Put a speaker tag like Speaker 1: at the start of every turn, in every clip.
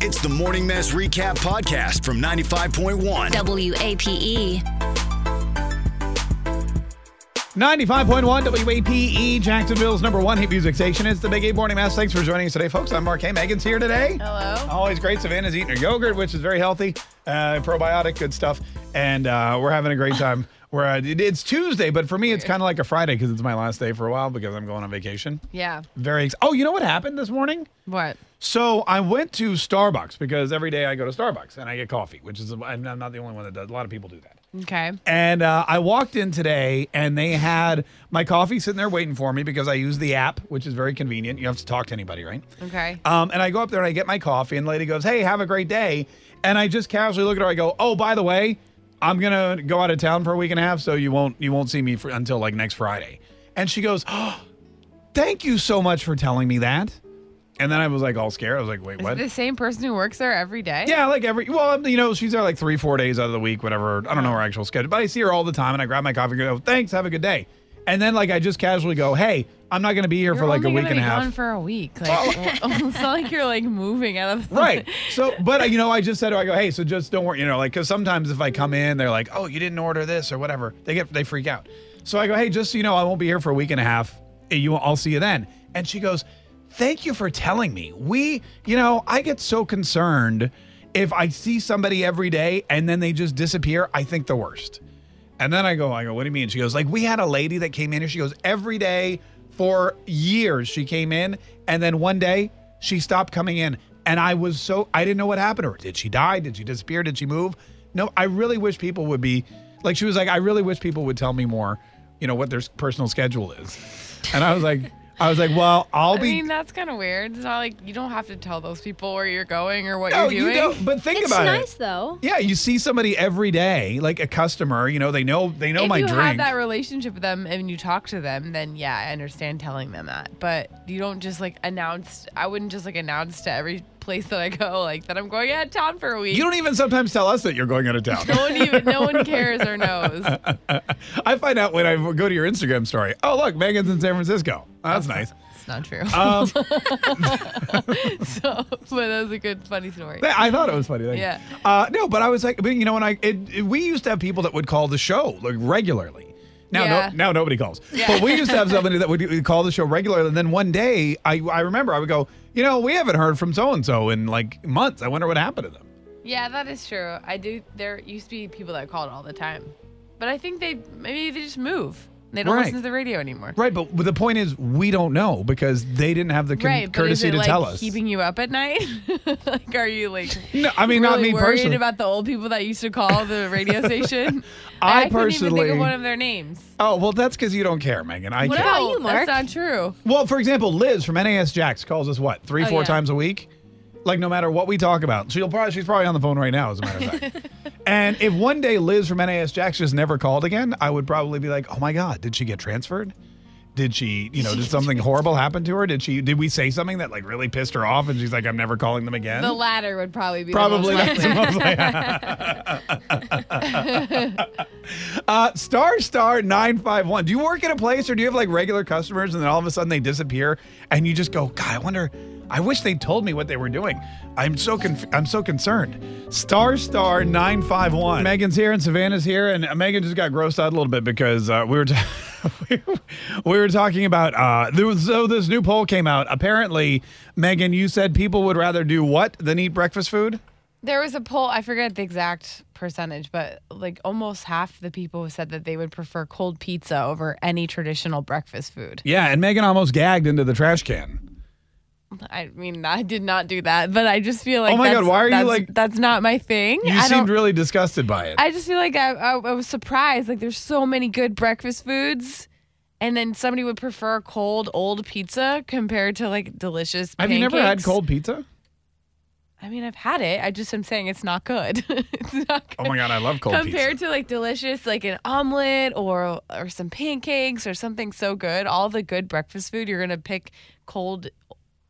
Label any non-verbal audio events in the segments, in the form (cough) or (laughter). Speaker 1: It's the Morning Mess Recap Podcast from 95.1.
Speaker 2: E.
Speaker 3: WAPE.
Speaker 4: 95.1 WAPE, E, Jacksonville's number one hit music station. It's the Big Eight Morning Mass. Thanks for joining us today, folks. I'm Mark Hey, Megan's here today.
Speaker 5: Hello.
Speaker 4: Always great. Savannah's eating her yogurt, which is very healthy, uh, probiotic, good stuff. And uh, we're having a great time. We're, uh, it- it's Tuesday, but for me, it's kind of like a Friday because it's my last day for a while because I'm going on vacation.
Speaker 5: Yeah.
Speaker 4: Very ex- Oh, you know what happened this morning?
Speaker 5: What?
Speaker 4: So I went to Starbucks because every day I go to Starbucks and I get coffee, which is, I'm I'm not the only one that does. A lot of people do that.
Speaker 5: Okay.
Speaker 4: And uh, I walked in today, and they had my coffee sitting there waiting for me because I use the app, which is very convenient. You don't have to talk to anybody, right?
Speaker 5: Okay.
Speaker 4: Um, and I go up there and I get my coffee, and the lady goes, "Hey, have a great day." And I just casually look at her. I go, "Oh, by the way, I'm gonna go out of town for a week and a half, so you won't you won't see me for, until like next Friday." And she goes, oh, "Thank you so much for telling me that." And then I was like all scared. I was like, "Wait,
Speaker 5: Is
Speaker 4: what?"
Speaker 5: it the same person who works there every day?
Speaker 4: Yeah, like every well, um, you know, she's there like three, four days out of the week, whatever. I don't know her actual schedule, but I see her all the time, and I grab my coffee and go, "Thanks, have a good day." And then like I just casually go, "Hey, I'm not going to be here
Speaker 5: You're
Speaker 4: for like a
Speaker 5: only
Speaker 4: week
Speaker 5: gonna
Speaker 4: and a
Speaker 5: be
Speaker 4: half."
Speaker 5: Gone for a week. Like, (laughs) it's not like you're like moving out (laughs) of. The
Speaker 4: Right. So, but you know, I just said to her, I go, hey, so just don't worry, you know, like, because sometimes if I come in, they're like, oh, you didn't order this or whatever. They get, they freak out. So I go, hey, just so you know, I won't be here for a week and a half. Eh, You, I'll see you then. And she goes, thank you for telling me. We, you know, I get so concerned if I see somebody every day and then they just disappear. I think the worst. And then I go, I go, what do you mean? She goes, like, we had a lady that came in here. She goes, every day for years she came in. And then one day she stopped coming in. And I was so, I didn't know what happened to her. Did she die? Did she disappear? Did she move? No, I really wish people would be, like, she was like, I really wish people would tell me more, you know, what their s- personal schedule is. And I was like, I was like, well, I'll
Speaker 5: I
Speaker 4: be.
Speaker 5: mean, that's kind of weird. It's not like you don't have to tell those people where you're going or what
Speaker 4: no,
Speaker 5: you're doing.
Speaker 4: you don't. But think
Speaker 6: it's
Speaker 4: about
Speaker 6: nice
Speaker 4: it.
Speaker 6: though.
Speaker 4: Yeah, you see somebody every day, like a customer. You know, they know they know
Speaker 5: if
Speaker 4: my
Speaker 5: you
Speaker 4: drink.
Speaker 5: have that relationship with them and you talk to them, then yeah, I understand telling them that. But you don't just like announce. I wouldn't just like announce to every place that I go like that I'm going out of town for a week.
Speaker 4: You don't even sometimes tell us that you're going out of town.
Speaker 5: no one even. No
Speaker 4: (laughs)
Speaker 5: one cares or knows.
Speaker 4: I find out when I go to your Instagram story. Oh, look, Megan's in San Francisco. Oh, that's nice.
Speaker 5: It's not true.
Speaker 4: Um, (laughs)
Speaker 5: (laughs) so, but that was a good, funny story.
Speaker 4: th- I thought it was funny. Thank you.
Speaker 5: Yeah.
Speaker 4: Uh, no, but I was like, but you know, when I it, it- we used to have people that would call the show like regularly. Now,
Speaker 5: Yeah.
Speaker 4: no, now nobody calls. But we used to (laughs) have somebody that would call the show regularly. And then one day, I I remember I would go, you know, we haven't heard from so and so in like months. I wonder what happened to them.
Speaker 5: Yeah, that is true. I do. There used to be people that called all the time, but I think they maybe they just move. They don't
Speaker 4: Right.
Speaker 5: listen to the radio anymore.
Speaker 4: Right, but the point is, we don't know because they didn't have the con-
Speaker 5: Right, but is
Speaker 4: courtesy
Speaker 5: it
Speaker 4: to
Speaker 5: like
Speaker 4: tell us.
Speaker 5: keeping you up at night? (laughs) like, are you like?
Speaker 4: no, I mean,
Speaker 5: really
Speaker 4: not me
Speaker 5: worried
Speaker 4: personally.
Speaker 5: about the old people that used to call the
Speaker 4: (laughs)
Speaker 5: radio station.
Speaker 4: I
Speaker 5: couldn't even
Speaker 4: personally-
Speaker 5: think of one of their names.
Speaker 4: oh well, that's because you don't care, Megan. I
Speaker 5: What
Speaker 4: care.
Speaker 6: about
Speaker 5: no,
Speaker 6: you, Mark?
Speaker 5: That's not true.
Speaker 4: Well, for example, Liz from NAS Jax calls us what three,
Speaker 5: Oh,
Speaker 4: four
Speaker 5: yeah.
Speaker 4: times a week. Like no matter what we talk about, she'll probably she's probably on the phone right now. As a matter of
Speaker 5: (laughs)
Speaker 4: fact. and if one day Liz from NAS Jax just never called again, I would probably be like, oh my god, did she get transferred? Did she, you know, did
Speaker 5: (laughs)
Speaker 4: something horrible happen to her? Did she? Did we say something that like really pissed her off? And she's like, I'm never calling them again.
Speaker 5: The latter would probably be
Speaker 4: Probably
Speaker 5: The most
Speaker 4: that's
Speaker 5: likely.
Speaker 4: the most
Speaker 5: (laughs)
Speaker 4: likely. uh, star star nine five one. Do you work at a place or do you have like regular customers and then all of a sudden they disappear and you just go, God, I wonder. I wish they told me what they were doing. I'm so conf- I'm so concerned. Star star nine five one. Megan's here and Savannah's here, and uh, Megan just got grossed out a little bit because uh, we were. T- (laughs) we were talking about uh, there was so this new poll came out. Apparently, Megan, you said people would rather do what than eat breakfast food.
Speaker 5: (laughs) There was a poll, I forget the exact percentage, but like almost half the people said that they would prefer cold pizza over any traditional breakfast food.
Speaker 4: Yeah, and Megan almost gagged into the trash can.
Speaker 5: I mean, I did not do that, but I just feel like
Speaker 4: Oh my God,
Speaker 5: that's-
Speaker 4: why are you,
Speaker 5: that's-
Speaker 4: like-
Speaker 5: that's not my thing.
Speaker 4: You
Speaker 5: I
Speaker 4: seemed
Speaker 5: don't-
Speaker 4: really disgusted by it.
Speaker 5: I just feel like I, I, I was surprised. Like there's so many good breakfast foods, and then somebody would prefer cold old pizza compared to like delicious.
Speaker 4: Have you never had
Speaker 5: pancakes.
Speaker 4: cold pizza?
Speaker 5: I mean, I've had it. I just am saying it's not good. (laughs) it's not good.
Speaker 4: Oh my god, I love cold
Speaker 5: compared
Speaker 4: pizza.
Speaker 5: to like delicious like an omelet or or some pancakes or something so good all the good breakfast food you're gonna pick cold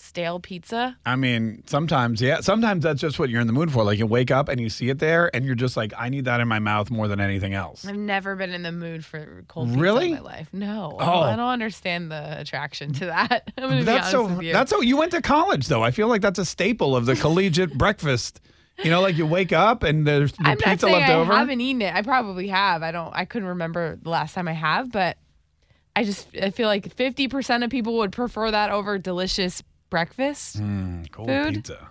Speaker 5: stale pizza.
Speaker 4: I mean, sometimes, yeah, sometimes that's just what you're in the mood for. Like you wake up and you see it there, and you're just like, I need that in my mouth more than anything else.
Speaker 5: I've never been in the mood for cold pizza
Speaker 4: Really?
Speaker 5: in my life. No, I
Speaker 4: Oh.
Speaker 5: don't- I don't understand the attraction to that. (laughs) I'm gonna be
Speaker 4: That's
Speaker 5: honest
Speaker 4: so.
Speaker 5: with you.
Speaker 4: That's so. You went to college, though. I feel like that's a staple
Speaker 5: (laughs)
Speaker 4: of the collegiate breakfast. You know, like you wake up and there's the
Speaker 5: I'm not
Speaker 4: pizza
Speaker 5: saying
Speaker 4: left
Speaker 5: I
Speaker 4: over.
Speaker 5: haven't eaten it. I probably have. I don't. I couldn't remember the last time I have, but I just I feel like 50% of people would prefer that over delicious breakfast.
Speaker 4: Mm. Cold
Speaker 5: food.
Speaker 4: pizza.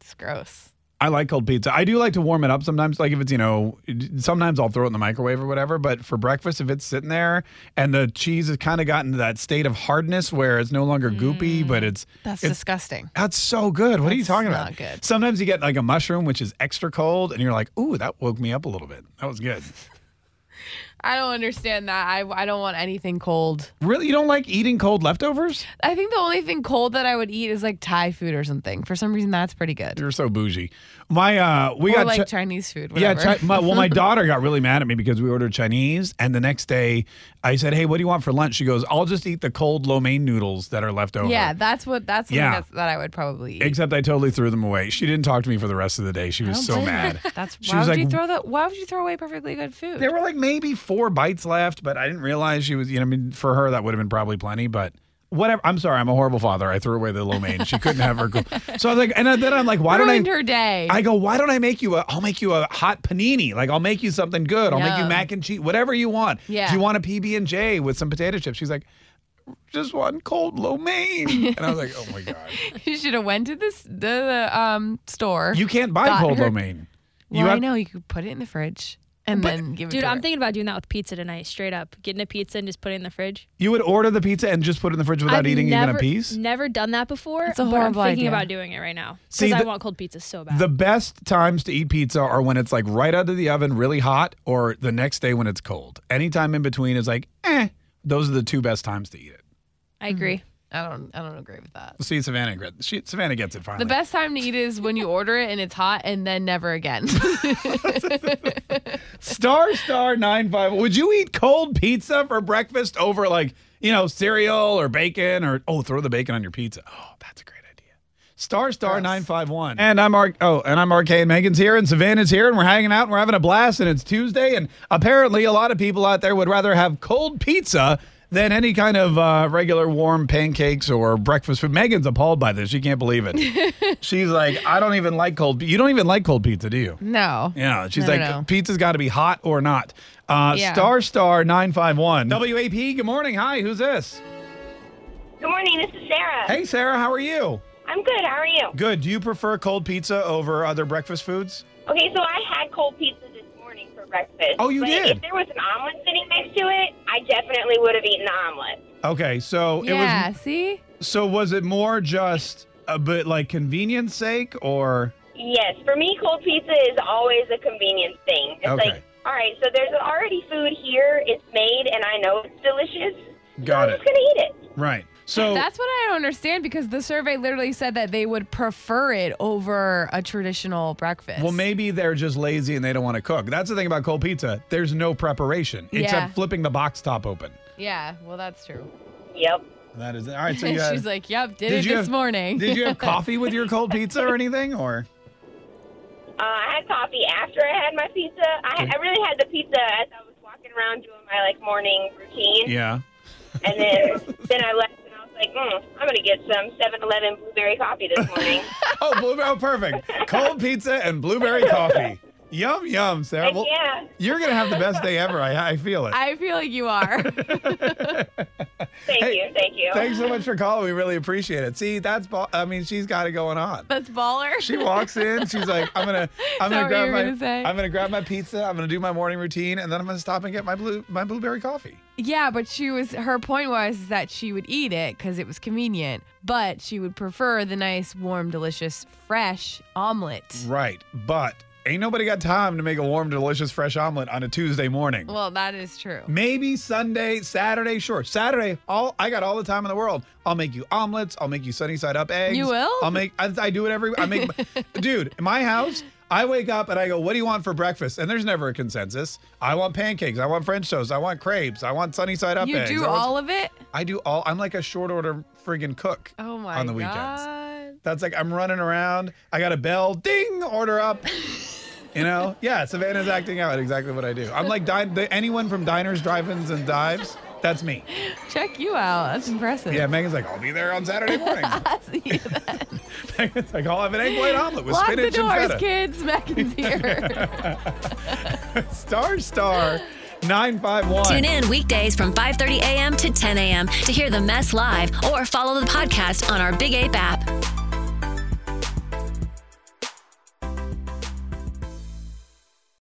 Speaker 5: It's gross.
Speaker 4: I like cold pizza. I do like to warm it up sometimes. Like if it's, you know, sometimes I'll throw it in the microwave or whatever. But for breakfast, if it's sitting there and the cheese has kind of gotten to that state of hardness where it's no longer goopy, but it's
Speaker 5: That's
Speaker 4: it's
Speaker 5: disgusting.
Speaker 4: That's so good. What are you talking about?
Speaker 5: Mm. not good.
Speaker 4: Sometimes you get like a mushroom, which is extra cold, and you're like, ooh, that woke me up a little bit. That was good.
Speaker 5: I don't understand that. I I don't want anything cold.
Speaker 4: really? You don't like eating cold leftovers?
Speaker 5: I think the only thing cold that I would eat is like Thai food or something. For some reason, that's pretty good.
Speaker 4: You're so bougie. My, uh, we
Speaker 5: or
Speaker 4: got.
Speaker 5: like
Speaker 4: Chi-
Speaker 5: Chinese food.
Speaker 4: yeah,
Speaker 5: Whatever.
Speaker 4: chi- my, well,
Speaker 5: (laughs)
Speaker 4: my daughter got really mad at me because we ordered Chinese, and the next day I said, "Hey, what do you want for lunch?" She goes, "I'll just eat the cold lo mein noodles that are left over."
Speaker 5: yeah, that's what that's something
Speaker 4: Yeah.
Speaker 5: that's, that I would probably eat.
Speaker 4: Except I totally threw them away. She didn't talk to me for the rest of the day. She
Speaker 5: Oh,
Speaker 4: was so mad.
Speaker 5: (laughs) That's
Speaker 4: She
Speaker 5: why
Speaker 4: was
Speaker 5: would
Speaker 4: like,
Speaker 5: you throw that? Why would you throw away perfectly good food?
Speaker 4: There were like maybe four bites left, but I didn't realize she was, you know, I mean, for her, that would have been probably plenty, but whatever. I'm sorry. I'm a horrible father. I threw away the lo mein. She couldn't have her.
Speaker 5: (laughs)
Speaker 4: Cool. So I was like, and then I'm like, why don't
Speaker 5: Ruined
Speaker 4: I?
Speaker 5: her day.
Speaker 4: I go, why don't I make you a, I'll make you a hot panini. Like I'll make you something good. I'll make you
Speaker 5: Yum.
Speaker 4: mac and cheese, whatever you want.
Speaker 5: Yeah.
Speaker 4: Do you want a PB and J with some potato chips? She's like, just one cold lo mein. And I was like, oh
Speaker 5: (laughs)
Speaker 4: my God.
Speaker 5: (laughs) you should have went to this the, the um store.
Speaker 4: You can't buy
Speaker 5: Got
Speaker 4: cold lo
Speaker 5: her.
Speaker 4: mein.
Speaker 5: well,
Speaker 4: you
Speaker 5: I
Speaker 4: have-
Speaker 5: know you could put it in the fridge and then give it.
Speaker 3: Dude,
Speaker 5: to
Speaker 3: I'm
Speaker 5: her.
Speaker 3: thinking about doing that with pizza tonight, straight up. Getting a pizza and just putting it in the fridge.
Speaker 4: You would order the pizza and just put it in the fridge without
Speaker 3: I've
Speaker 4: eating
Speaker 3: never,
Speaker 4: even a piece?
Speaker 3: Never done that before.
Speaker 5: It's a
Speaker 3: but I'm
Speaker 5: horrible
Speaker 3: thinking
Speaker 5: idea.
Speaker 3: about doing it right now.
Speaker 4: See,
Speaker 3: Because I
Speaker 4: the-
Speaker 3: want cold pizza so bad.
Speaker 4: The best times to eat pizza are when it's like right out of the oven, really hot, or the next day when it's cold. Anytime in between is like, eh. Those are the two best times to eat it.
Speaker 3: I agree.
Speaker 5: I don't. I don't agree with that.
Speaker 4: See, Savannah, gets- she, Savannah gets it finally.
Speaker 5: The best time to eat is when you order it and it's hot, and then never again. (laughs)
Speaker 4: Star Star nine five. Would you eat cold pizza for breakfast over like you know cereal or bacon or oh throw the bacon on your pizza? Oh, that's a great idea. Star Star nine five one. And I'm Ar- oh and I'm RK and Megan's here and Savannah's here and we're hanging out and we're having a blast and it's Tuesday and apparently a lot of people out there would rather have cold pizza. Than any kind of uh, regular warm pancakes or breakfast food. Megan's appalled by this. She can't believe it. She's like, I don't even like cold. You don't even like cold pizza, do you?
Speaker 5: no.
Speaker 4: Yeah, she's
Speaker 5: No,
Speaker 4: like,
Speaker 5: no, no.
Speaker 4: pizza's got to be hot or not. Uh,
Speaker 5: Yeah.
Speaker 4: Star Star nine five one. WAP. Good morning. Hi, who's this?
Speaker 6: Good morning, this is Sarah.
Speaker 4: Hey, Sarah. How are you?
Speaker 6: I'm good, how are you?
Speaker 4: Good. Do you prefer cold pizza over other breakfast foods?
Speaker 6: Okay, so I had cold pizza this morning for breakfast.
Speaker 4: Oh, you
Speaker 6: but
Speaker 4: did?
Speaker 6: If there was an omelet sitting next to it, I definitely would have eaten the omelet.
Speaker 4: Okay, so
Speaker 5: Yeah.
Speaker 4: it
Speaker 5: see.
Speaker 4: was. So was it more just a bit like convenience sake, or
Speaker 6: Yes, for me, cold pizza is always a convenience thing. It's
Speaker 4: Okay.
Speaker 6: like, all right, so there's already food here, it's made, and I know it's delicious. so
Speaker 4: Got
Speaker 6: I'm
Speaker 4: it.
Speaker 6: just going to eat it.
Speaker 4: right? So
Speaker 5: That's what I don't understand because the survey literally said that they would prefer it over a traditional breakfast.
Speaker 4: Well, maybe they're just lazy and they don't want to cook. That's the thing about cold pizza. There's no preparation
Speaker 5: Yeah.
Speaker 4: except flipping the box top open.
Speaker 5: Yeah. Well, that's true.
Speaker 6: Yep.
Speaker 4: That is all right.
Speaker 5: (laughs)
Speaker 4: So you
Speaker 5: And
Speaker 4: had,
Speaker 5: she's like, "Yep, did,
Speaker 4: Did
Speaker 5: it
Speaker 4: you
Speaker 5: this
Speaker 4: have-
Speaker 5: morning."
Speaker 4: did you have coffee with your cold pizza or anything, or?
Speaker 6: Uh, I had coffee after I had my pizza. I,
Speaker 4: Okay.
Speaker 6: I really had the pizza as I was walking around doing my, like, morning routine.
Speaker 4: Yeah.
Speaker 6: And then then I left and I was like, mm, I'm going to get some 7 Eleven blueberry coffee this
Speaker 4: (laughs)
Speaker 6: morning.
Speaker 4: Oh, blueberry. Oh, perfect. Cold pizza and blueberry coffee. Yum, yum, Sarah.
Speaker 6: And
Speaker 4: Well,
Speaker 6: yeah.
Speaker 4: you're going to have the best day ever. I, I feel it.
Speaker 5: I feel like you
Speaker 4: (laughs)
Speaker 5: are.
Speaker 6: Thank
Speaker 4: Hey,
Speaker 6: you. Thank you.
Speaker 4: Thanks so much for calling. We really appreciate it. See, that's, bo- I mean, she's got it going on.
Speaker 5: That's baller.
Speaker 4: She walks in. She's like, I'm gonna, I'm gonna
Speaker 5: what
Speaker 4: grab
Speaker 5: you were
Speaker 4: my,
Speaker 5: gonna say?
Speaker 4: I'm gonna grab my pizza. I'm gonna do my morning routine, and then I'm gonna stop and get my blue, my blueberry coffee.
Speaker 5: (laughs) Yeah, but she was her point was that she would eat it because it was convenient, but she would prefer the nice, warm, delicious, fresh omelet.
Speaker 4: Right, but ain't nobody got time to make a warm, delicious, fresh omelet on a Tuesday morning.
Speaker 5: Well, that is true.
Speaker 4: Maybe Sunday, Saturday, sure. Saturday, all I got all the time in the world. I'll make you omelets. I'll make you sunny side up eggs.
Speaker 5: You will? (laughs)
Speaker 4: I'll make. I, I do it every. I make. dude, in my house, I wake up and I go, "What do you want for breakfast?" And there's never a consensus. I want pancakes. I want French toast. I want crepes. I want sunny side up
Speaker 5: You
Speaker 4: eggs.
Speaker 5: do
Speaker 4: I want-
Speaker 5: all of it?
Speaker 4: I do all. I'm like a short order friggin' cook.
Speaker 5: Oh my
Speaker 4: On the
Speaker 5: god.
Speaker 4: weekends. That's like I'm running around. I got a bell. Ding! Order up. You
Speaker 5: (laughs)
Speaker 4: know? Yeah, Savannah's acting out exactly what I do. I'm like din- the, anyone from diners, drive-ins, and dives. That's me.
Speaker 5: Check you out. That's impressive. (laughs)
Speaker 4: Yeah, Megan's like, I'll be there on Saturday morning. (laughs)
Speaker 5: See that?
Speaker 4: Megan's like, I'll have an egg white omelet with
Speaker 5: Lock the
Speaker 4: spinach and
Speaker 5: doors,
Speaker 4: feta.
Speaker 5: kids. Megan's
Speaker 4: (laughs)
Speaker 5: here.
Speaker 4: Star Star 951.
Speaker 2: Tune in weekdays from 5:30 a.m. to 10 a.m. to hear the mess live or follow the podcast on our Big Ape app.